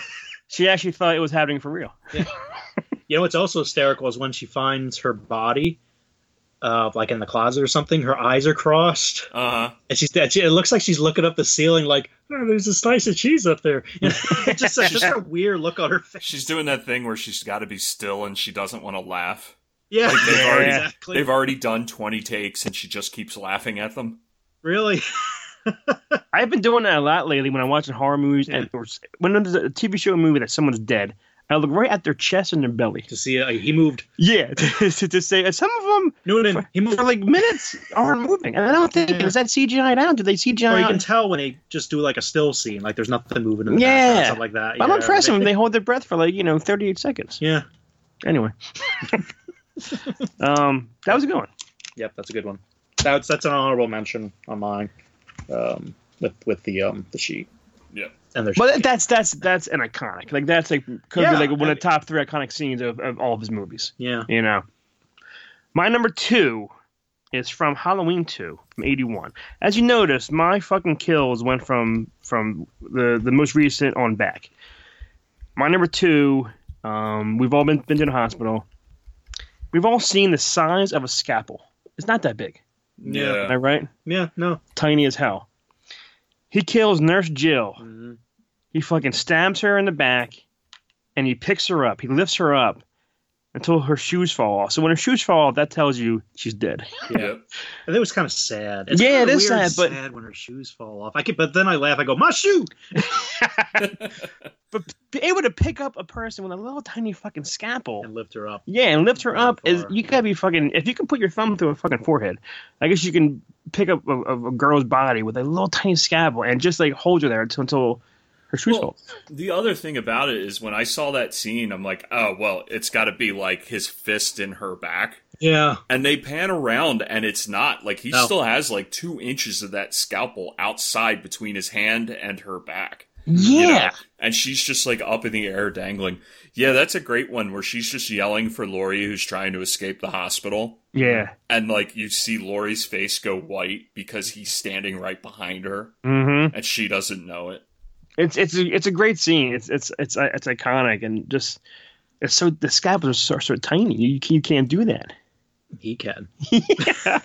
she actually thought it was happening for real.
You know what's also hysterical is when she finds her body, uh, like in the closet or something. Her eyes are crossed,
Uh huh.
and she's that. She, it looks like she's looking up the ceiling, like oh, there's a slice of cheese up there. It's just, a- just a weird look on her face.
She's doing that thing where she's got to be still and she doesn't want to laugh.
Yeah,
Like, they've already-
exactly.
They've already done 20 takes and she just keeps laughing at them.
really,
I've been doing that a lot lately when I'm watching horror movies and or s- when there's a TV show or movie that someone's dead. I look right at their chest and their belly.
to see like, he moved.
Yeah, to, to say and some of them
Noonan, he moved.
for like minutes aren't moving, and I don't think is that CGI down. Do they CGI?
Or you
out?
can tell when they just do like a still scene, like there's nothing moving in the
Yeah.
background, stuff like that.
I'm
Yeah.
impressed when they hold their breath for like you know 38 seconds.
Yeah,
Anyway, um, that was a good one.
Yep, that's a good one. That's that's an honorable mention on mine, um, with with the um the sheet.
Yeah.
and there's
But that's that's that's an iconic. Like that's like could
Yeah,
be like one
I-
of the top three iconic scenes of, of all of his movies.
yeah.
You know, my number two is from Halloween two from eighty one. As you notice, my fucking kills went from from the the most recent on back. My number two, um, we've all been been to the hospital. We've all seen the size of a scalpel. It's not that big.
Yeah.
Am I right?
Yeah, no.
Tiny as hell. He kills Nurse Jill.
Mhm.
He fucking stabs her in the back and he picks her up. He lifts her up until her shoes fall off. So when her shoes fall off, that tells you she's dead.
Yeah.
And it was kind of sad.
Yeah,
kinda
it is
weird and
sad, but-
when her shoes fall off. I can, but then I laugh. I go, my shoe.
But be able to pick up a person with a little tiny fucking scalpel.
And lift her up.
Yeah, and lift her up is
Far.
you gotta be fucking if you can put your thumb through a fucking forehead, I guess you can pick up a, a, a girl's body with a little tiny scalpel and just like hold her there until, until her shoes
Well,
fall.
The other thing about it is when I saw that scene, I'm like, oh, well, it's got to be like his fist in her back.
Yeah,
And they pan around and it's not. Like, he
No.
still has like two inches of that scalpel outside between his hand and her back.
Yeah.
you know, and she's just like up in the air dangling. Yeah, that's a great one where she's just yelling for Lori who's trying to escape the hospital.
Yeah.
And like you see Lori's face go white because he's standing right behind her
Mm-hmm.
and she doesn't know it.
it's it's a, it's a great scene. It's it's it's uh, it's iconic and just it's so the scalpels are so, so tiny. You, you can't do that.
he can.
yeah.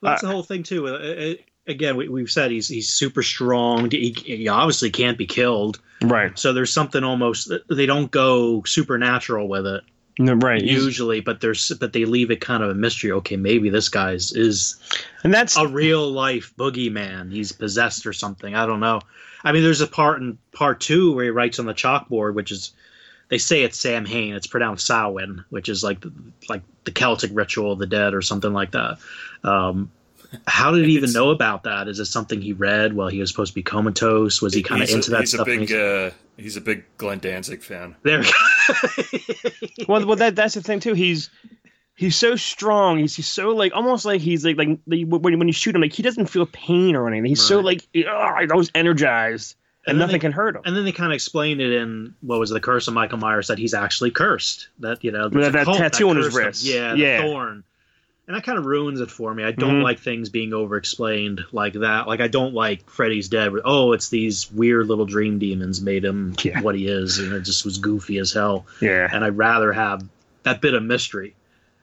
Well, that's the whole thing too. Uh, uh, again, we, we've said he's he's super strong. He, he obviously can't be killed.
Right.
So there's something almost they don't go supernatural with it
No, right.
usually, but there's but they leave it kind of a mystery. Okay, maybe this guy's is
and that's
a real life boogeyman. He's possessed or something. I don't know. I mean, there's a part in part two where he writes on the chalkboard, which is they say it's Sam Hain. It's pronounced Samhain, which is like the, like the Celtic ritual of the dead or something like that. Um, how did he even
It's-
know about that? Is it something he read while he was supposed to be comatose? Was he kind of
He's a-
into that
he's
stuff?
A
when
big,
he's-
uh, he's a big Glenn Danzig fan.
there.
well, well that that's the thing too. He's he's so strong. He's, he's so like almost like he's like like, like when, when you shoot him, like he doesn't feel pain or anything. He's so
Right.
like "Ugh," like, always energized, and,
And then
nothing
they-
can hurt him.
And then they kind of explain it in what was it, the curse of Michael Myers that he's actually cursed. That you know
That-
there's a
that
cult
tattoo on his
cursed him.
wrist.
Yeah,
Yeah.
the thorn. And that kind of ruins it for me. I don't
Mhm.
like things being over-explained like that. Like I don't like Freddy's dead. with, Oh, it's these weird little dream demons made him
Yeah.
what he is, and it just was goofy as hell.
yeah.
And I'd rather have that bit of mystery.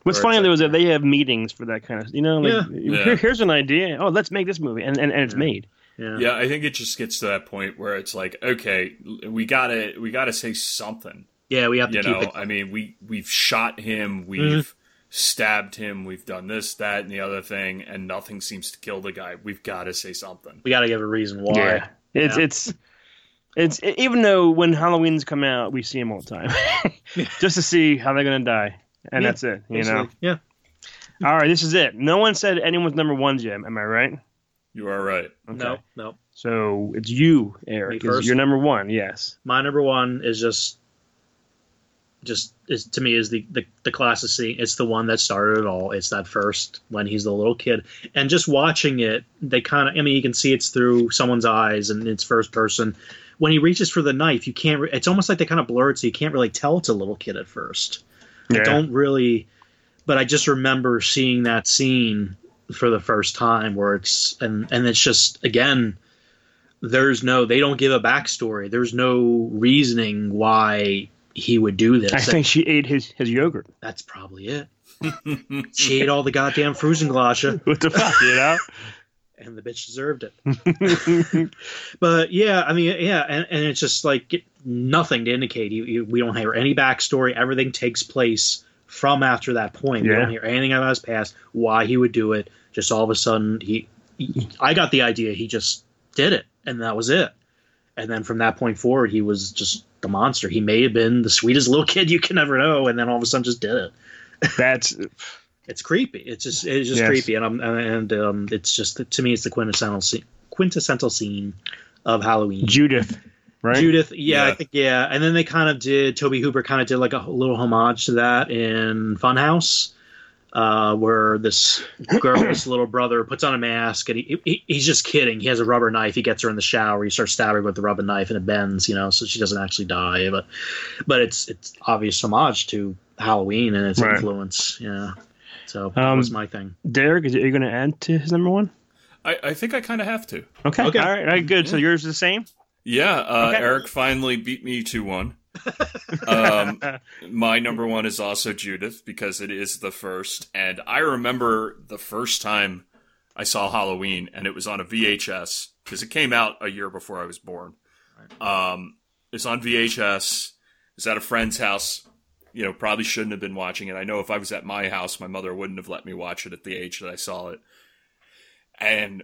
What's
or
funny
it's
though is that they have meetings for that kind of you know like
Yeah.
Here,
Yeah.
here's an idea. Oh, let's make this movie, and and, and it's
Yeah.
made.
Yeah.
Yeah, I think it just gets to that point where it's like, okay, we gotta we gotta say something.
Yeah, we have to
You
keep
know,
it.
I mean, we we've shot him, we've stabbed him, we've done this, that, and the other thing, and nothing seems to kill the guy. We've got to say something.
We got to give a reason why.
Yeah. It's
Yeah.
it's it's it, even though when Halloween's come out, we see them all the time, just to see how they're gonna die, and
Yeah,
that's it. You know.
Basically, Yeah.
All right, this is it. No one said anyone's number one's yet. Am I right?
You are right.
No. No.
So it's you, Eric.
Me
Is
first?
You're number one. Yes.
my number one is just just is to me is the, the the classic scene it's the one that started it all it's that first when he's the little kid and just watching it they kind of i mean you can see it's through someone's eyes and it's first person when he reaches for the knife you can't re- it's almost like they kind of blurred so you can't really tell it's a little kid at first
Yeah.
i don't really but i just remember seeing that scene for the first time where it's and and it's just again there's no they don't give a backstory there's no reasoning why he would do this
I think she ate his his yogurt.
that's probably it she ate all the goddamn frusenglasche
What the fuck, you know?
and the bitch deserved it but yeah i mean yeah and, and it's just like it- nothing to indicate you, you, we don't hear any backstory everything takes place from after that point we
Yeah.
don't hear anything about his past why he would do it just all of a sudden he, he i got the idea he just did it and that was it and then from that point forward he was just the monster he may have been the sweetest little kid you can ever know and then all of a sudden just did it
That's
it's creepy it's just it's just
Yes.
creepy and i'm and, and um it's just to me it's the quintessential scene quintessential scene of halloween
Judith, right?
Judith, yeah,
Yeah.
I think yeah, and then they kind of did. Toby Hooper kind of did like a little homage to that in Funhouse, uh, where this girl, this little brother, puts on a mask and he, he he's just kidding. He has a rubber knife. He gets her in the shower. He starts stabbing her with the rubber knife and it bends, you know, so she doesn't actually die. But but it's it's obvious homage to Halloween and its
Right.
influence. Yeah, so that
Um,
was my thing.
Derek, is, are you going to add to his number one?
I, I think I kind of have to.
Okay.
Okay.
All right. All right. Good. So yours is the same.
Yeah, uh,
Okay.
Eric finally beat me to one. um, my number one is also Judith because it is the first, and I remember the first time I saw Halloween, and it was on a VHS because it came out a year before I was born. Um, it's on VHS. It's at a friend's house. You know, probably shouldn't have been watching it. I know if I was at my house, my mother wouldn't have let me watch it at the age that I saw it. And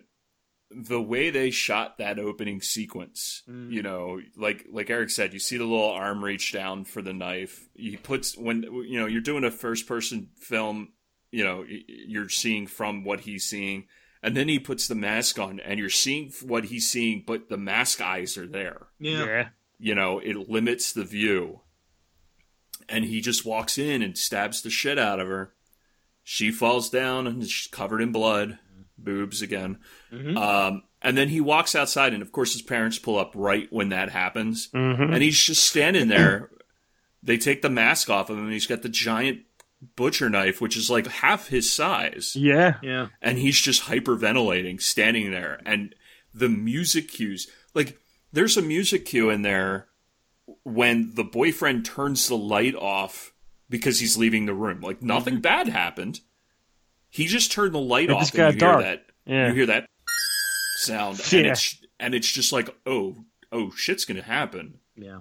the way they shot that opening sequence,
Mm.
you know, like like Eric said, you see the little arm reach down for the knife. He puts when you know you're doing a first person film, you know, y- you're seeing from what he's seeing, and then he puts the mask on, and you're seeing what he's seeing, but the mask eyes are there you know, it limits the view. And he just walks in and stabs the shit out of her. She falls down and she's covered in blood, boobs again.
Mhm.
Um, and then he walks outside, and of course, his parents pull up right when that happens.
Mhm.
And he's just standing there. they take the mask off of him, and he's got the giant butcher knife, which is like half his size
Yeah.
yeah,
and he's just hyperventilating standing there and the music cues like there's a music cue in there when the boyfriend turns the light off because he's leaving the room like nothing bad happened he just turned the light
Mm-hmm. It
off
just
and you
got dark.
hear that
Yeah.
you hear that sound
Yeah.
and it's and it's just like oh oh shit's going to happen
yeah.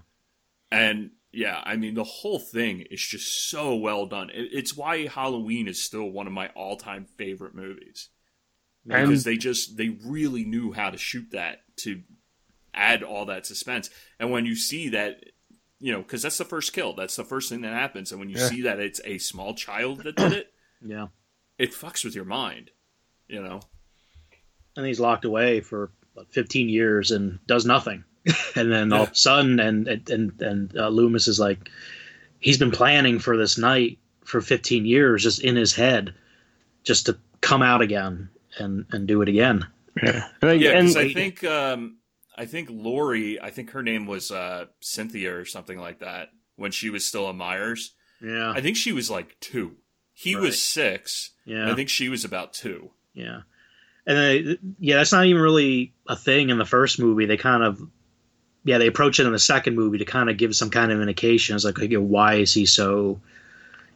and yeah, I mean, the whole thing is just so well done. It, it's why Halloween is still one of my all time favorite movies.
And-
Because they just, they really knew how to shoot that to add all that suspense. And when you see that, you know, because that's the first kill, that's the first thing that happens. And when you
Yeah.
see that it's a small child that did it,
yeah.
it fucks with your mind, you know?
and he's locked away for what, 15 years and does nothing. and then all of a sudden, and and and, and uh, Loomis is like, he's been planning for this night for 15 years just in his head just to come out again and and do it again
Yeah, and,
Yeah,
and-
because I think um, I think Lori, I think her name was uh, Cynthia or something like that when she was still a Myers.
yeah
I think she was like two. He
Right.
was six.
yeah
I think she was about two.
Yeah. And then, yeah, that's not even really a thing in the first movie. They kind of, yeah, they approach it in the second movie to kind of give some kind of indication. It's like, okay, why is he so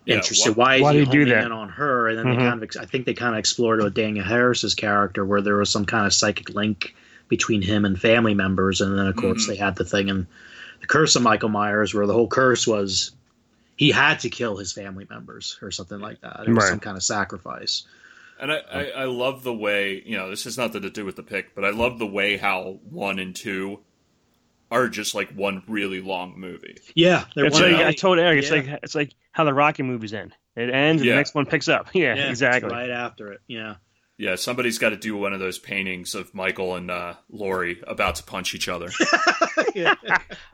Yeah,
interested?
why-
why is
why
he
did he do
homing
that?
in on her? And then they
Mhm.
kind of, ex- I think they kind of explored it with Daniel Harris's character, where there was some kind of psychic link between him and family members. And then, of course,
Mhm.
they had the thing in the curse of Michael Myers, where the whole curse was he had to kill his family members or something like that. It was
Right.
some kind of sacrifice.
And I, I, I love the way, you know, this has nothing to do with the pick, but I love the way how one and two are just like one really long movie.
Yeah, they're
it's
one
like
of
I
the-
told Eric, it's
Yeah.
like it's like how the Rocky movies end. It ends, and
Yeah.
the next one picks up. Yeah,
Yeah, it's
exactly.
Right after it. Yeah.
Yeah, somebody's got to do one of those paintings of Michael and uh, Lori about to punch each other.
yeah.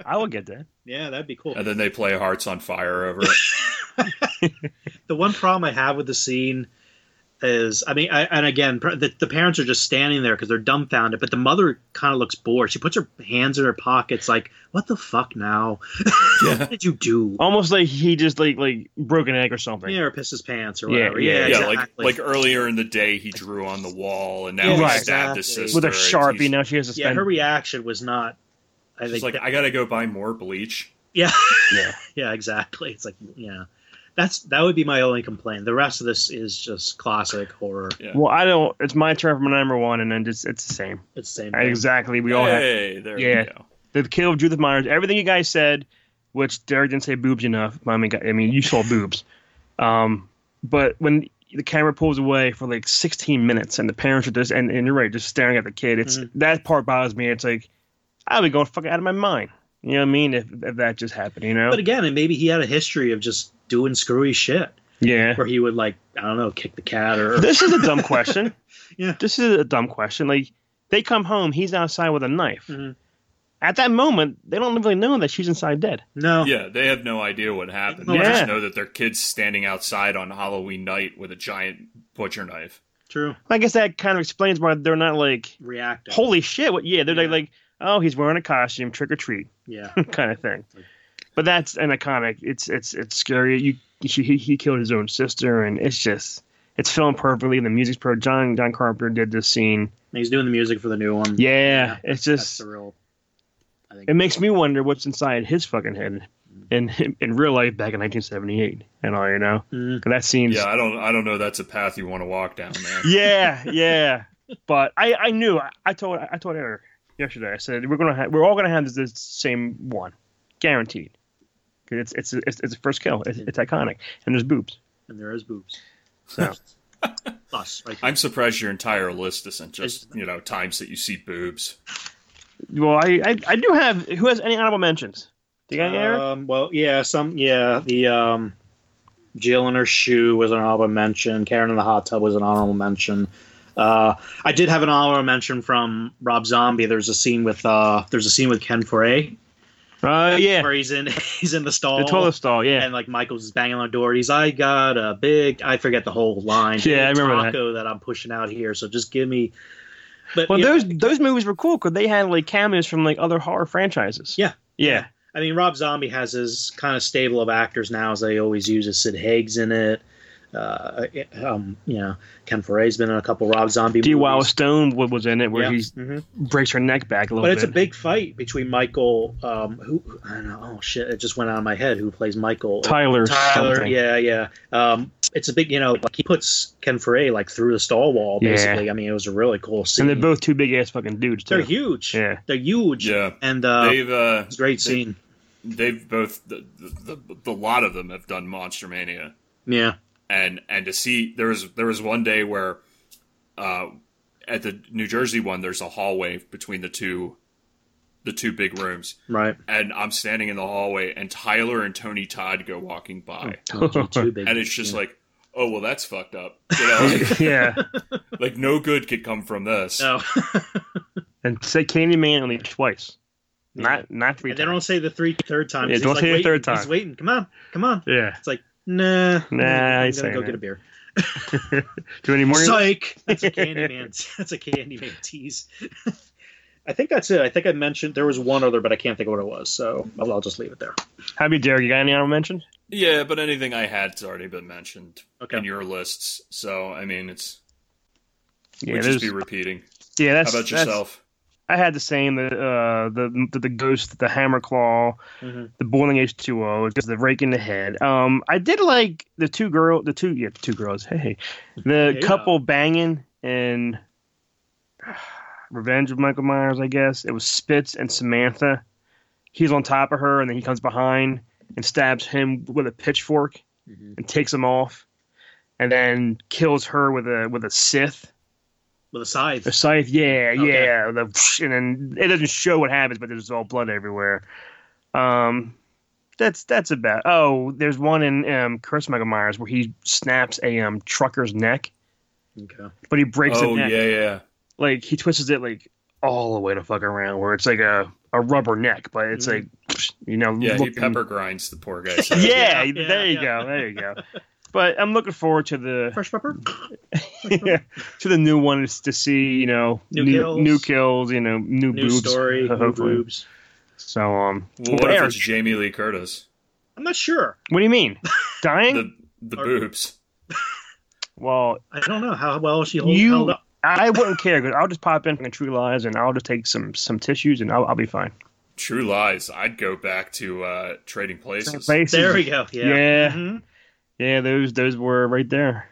I will get that.
that'd be cool.
and then they play Hearts on Fire over it.
The one problem I have with the scene is, I mean, I, and again, pr- the, the parents are just standing there because they're dumbfounded, but the mother kind of looks bored. She puts her hands in her pockets, like, what the fuck now?
Yeah.
what did you do?
Oh,
Almost like he just like like broke an egg or something.
Yeah, or piss his pants or
Yeah,
whatever.
yeah,
Yeah,
Yeah,
exactly.
like like earlier in the day, he drew on the wall, and now
Yeah,
he
Right.
stabbed his
exactly.
sister.
With a
It's-
sharpie,
he's-
now she has to
yeah,
spend.
her reaction was not. I
She's
think.
like,
that-
I gotta go buy more bleach.
yeah.
yeah.
Yeah, exactly. It's like, yeah. That's that would be my only complaint. The rest of this is just classic horror.
Yeah.
Well, I don't. It's my turn for my number one, and then just it's the same.
It's the same.
I-
thing.
Exactly. We all have
hey, there
Yeah.
we go.
the kill of Judith Myers. Everything you guys said, which Derek didn't say boobs enough. I mean, I mean, you saw boobs. Um, but when the camera pulls away for like 16 minutes, and the parents are just and, and you're right, just staring at the kid. It's
Mm-hmm.
that part bothers me. It's like I'd be going fucking out of my mind. You know what I mean? If, if that just happened, you know?
But again, and maybe he had a history of just doing screwy shit,
yeah.
where he would like I don't know, kick the cat or
This is a dumb question.
Yeah.
This is a dumb question. Like they come home, he's outside with a knife.
Mhm.
At that moment, they don't really know that she's inside dead.
no,
Yeah, they have no idea what happened. They
Yeah.
just know that their kid's standing outside on Halloween night with a giant butcher knife.
true
I guess that kind of explains why they're not like
reacting.
holy shit what yeah they're
Yeah.
like like oh he's wearing a costume trick or treat
yeah,
kind of thing but that's an iconic it's it's it's scary you she, he, he killed his own sister and it's just it's filmed perfectly the music's pro john john carpenter did this scene
And he's doing the music for the new one.
yeah,
that's-
it's
that's
just
the real. I think
it makes me wonder what's inside his fucking head in in real life back in 1978 and all you know
Mm.
'Cause that seems
Yeah, I don't, I don't know. That's a path you want to walk down, man.
yeah, yeah. But I, I knew. I, I told, I told Eric yesterday. I said we're gonna, have, we're all gonna have this, this same one, guaranteed. 'Cause It's, it's, it's, it's the first kill. It's, it's iconic, and there's boobs.
and there is boobs.
So
Us, right?
I'm surprised your entire list isn't just you know times that you see boobs.
well, I, I, I do have. Who has any honorable mentions? Do you got any, Eric?
Um, well, yeah, some yeah the um, Jill in her shoe was an honorable mention. Karen in the hot tub was an honorable mention. Uh, I did have an honorable mention from Rob Zombie. There's a scene with uh, there's a scene with Ken Foray
Uh, yeah,
where he's in he's in the stall
the toilet stall. Yeah,
and like Michael's banging on the door. He's I got a big I forget the whole line.
Yeah, I remember that.
taco that. I'm pushing out here. So just give me. But
well,
you know,
those those movies were cool because they had like cameos from like other horror franchises.
Yeah.
yeah,
I mean, Rob Zombie has his kind of stable of actors now, as they always use. Is Sid Haig's in it. Uh, um, you know, Ken Foray's been in a couple Rob Zombie.
D. Wow
movies.
Stone wa- was in it, where
Yeah.
he
Mhm.
breaks her neck back a little
But
bit.
it's a big fight between Michael. Um, who I don't know. Oh shit! It just went out of my head. Who plays Michael?
Tyler.
Tyler,
something.
yeah, yeah. Um, it's a big, you know, like he puts Ken Foray like through the stall wall,
Yeah.
basically. I mean, it was a really cool scene.
and they're both two big ass fucking dudes too.
They're huge.
Yeah.
They're huge.
Yeah,
And uh,
they've uh,
it's a great scene.
they've both the, the, the, the lot of them have done Monster Mania.
Yeah.
and and to see there was there was one day where uh at the New Jersey one there's a hallway between the two the two big rooms
Right.
and I'm standing in the hallway and Tyler and Tony Todd go walking by
Oh,
Too big.
and it's just
Yeah.
like oh well that's fucked up you know like,
yeah.
like, no good could come from this
no.
And say Candyman only twice. Not not three
and they
times.
don't say the three third time.
Yeah,
He's
don't
like
say the
waiting.
third time.
He's waiting. Come on, come on.
Yeah.
It's like Nah,
Nah,
I'm
he's
gonna
saying
go
that.
get a beer.
Do any more?
Psych. That's a Candyman. that's a Candyman tease. I think that's it. I think I mentioned there was one other, but I can't think of what it was. So I'll, I'll just leave it there.
How about you, Derek? You got any honorable mention?
Yeah, but anything I had's already been mentioned
Okay.
in your lists. So I mean, it's
Yeah,
would
there's-
just be repeating.
yeah.
How
That's
about
that's-
yourself?
I had the same. The uh, the the, the ghost, the hammer claw,
Mhm.
the boiling H two O, just the rake in the head. Um, I did like the two girl, the two yeah, two girls. Hey, the
Yeah.
couple banging and Revenge of Michael Myers. I guess it was Spitz and Samantha. He's on top of her, and then he comes behind and stabs him with a pitchfork and takes him off, and then kills her with a with a Sith.
With a scythe.
The scythe, yeah,
Okay.
yeah. The, and then it doesn't show what happens, but there's all blood everywhere. Um, that's that's about. Oh, there's one in um, Chris Michael Myers where he snaps a um, trucker's neck,
Okay.
but he breaks
Oh
it.
yeah, yeah.
Like he twists it like all the way to fuck around, where it's like a, a rubber neck, but it's
Mhm.
like you know,
Mm. Yeah, he
looking-
pepper grinds the poor guy.
Yeah,
Yeah, yeah,
there you
yeah.
go, there you go. But I'm looking forward to the
Fresh pepper.
yeah, to the new one is to see you know
New kills.
new kills you know new,
New
boobs
story. New
hopefully
boobs.
so um
Well, what if
Eric,
it's Jamie Lee Curtis?
I'm not sure.
what do you mean dying
The the
Or-
boobs.
well
I don't know how well she holds
You-
held up.
I wouldn't care because I'll just pop in from True Lies and I'll just take some some tissues and I'll, I'll be fine
True Lies. I'd go back to uh, Trading Places.
Faces,
There we go. Yeah.
Yeah.
Mhm.
yeah those those were right there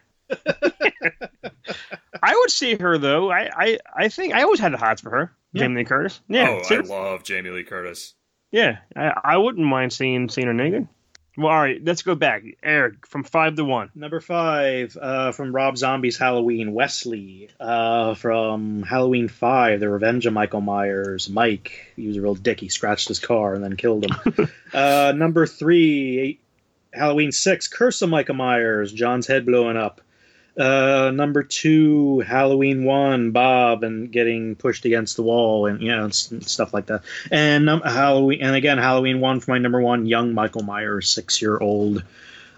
I would see her though I I I think I always had the hots for her
Yeah.
Jamie Lee Curtis yeah
oh, I
seriously.
love Jamie Lee Curtis.
Yeah, I, I wouldn't mind seeing seeing her naked. Well, all right, let's go back, Eric, from five to one.
Number five uh, from Rob Zombie's Halloween, Wesley. Uh, from Halloween 5, The Revenge of Michael Myers, Mike. He was a real dick. He scratched his car and then killed him. uh, number three, Halloween 6, Curse of Michael Myers, John's head blowing up. Uh, number two, Halloween 1, Bob and getting pushed against the wall and, you know, s- stuff like that. And um, Halloween, and again, Halloween 1 for my number one, young Michael Myers, six year old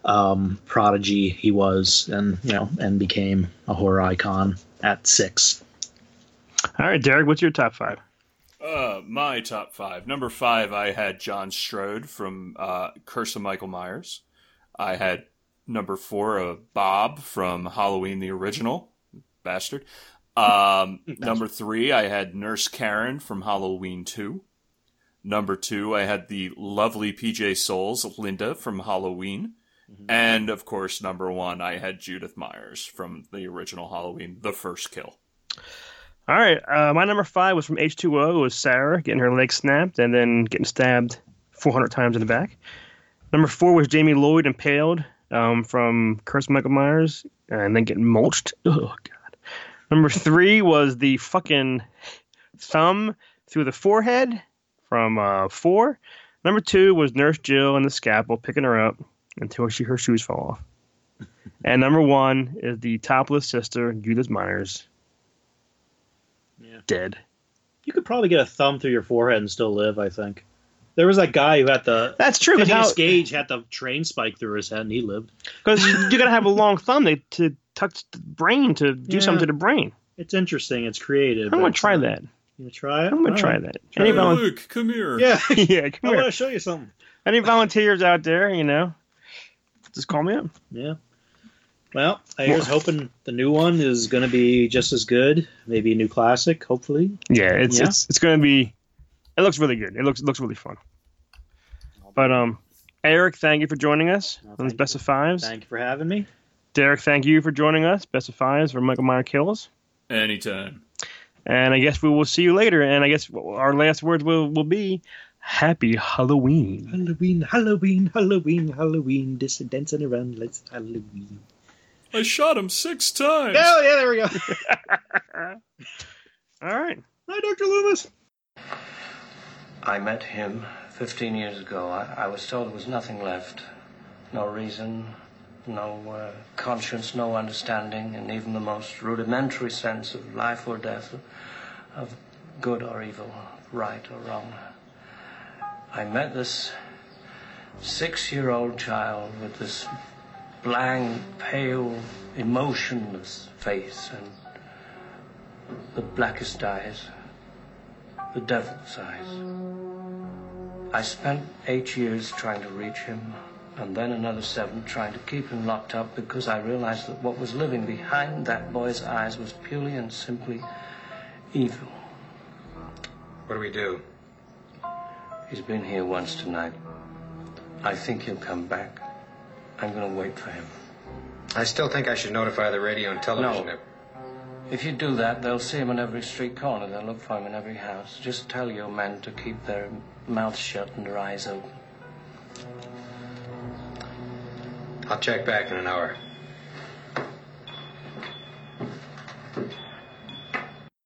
um, prodigy he was, and you know, and became a horror icon at six.
All right, Derek, what's your top five?
Uh, my top five. Number five, I had John Strode from uh, Curse of Michael Myers. I had number four, uh, Bob from Halloween the original, bastard. Um, number three, I had Nurse Karen from Halloween two. Number two, I had the lovely PJ Souls, Linda from Halloween. And of course, number one, I had Judith Myers from the original Halloween, the first kill.
All right, uh, my number five was from H2O. Was Sarah getting her leg snapped and then getting stabbed 400 times in the back? Number four was Jamie Lloyd impaled um, from Curse of Michael Myers and then getting mulched. Oh God. Number three was the fucking thumb through the forehead from uh, four. Number two was Nurse Jill and the scalpel picking her up until she her shoes fall off. And number one is the topless sister Judith Myers dead.
You could probably get a thumb through your forehead and still live. I think there was that guy who had the
That's true.
Phineas
Because
Gage had the train spike through his head and he lived.
you're gonna have a long thumb to, to touch the brain to do
Yeah.
something to the brain.
It's interesting. It's creative.
I'm
but
gonna
it's
try
not-
that.
You gonna try it?
I'm gonna
All
try
right.
that.
Try
Any,
it.
Hey,
volun-
Luke, come here.
Yeah,
yeah,
I
come
want
here.
to show you something.
Any volunteers out there? You know, just call me up.
Yeah. Well, I was hoping the new one is going to be just as good. Maybe a new classic, hopefully.
Yeah, it's
Yeah.
it's it's gonna be. It looks really good. It looks it looks really fun. But um, Eric, thank you for joining us
No,
on this
thank
best of fives.
Thank you for having me.
Derek, thank you for joining us. Best of fives for Michael Meyer kills.
Anytime.
And I guess we will see you later. And I guess our last words will will be, Happy Halloween.
Halloween, Halloween, Halloween, Halloween. Just dancing around. Let's Halloween.
I shot him six times.
Oh, yeah, there we go.
All right.
Hi, Dr. Loomis.
I met him 15 years ago. I, I was told there was nothing left. No reason, no uh, conscience, no understanding, and even the most rudimentary sense of life or death, of good or evil, right or wrong. I met this six year old child with this blank, pale, emotionless face and the blackest eyes, the devil's eyes. I spent eight years trying to reach him, and then another seven trying to keep him locked up because I realized that what was living behind that boy's eyes was purely and simply evil.
What do we do?
He's been here once tonight. I think he'll come back. I'm going to wait for him.
I still think I should notify the radio and television.
No. If you do that, they'll see him in every street corner. They'll look for him in every house. Just tell your men to keep their mouths shut and their eyes open.
I'll check back in an hour.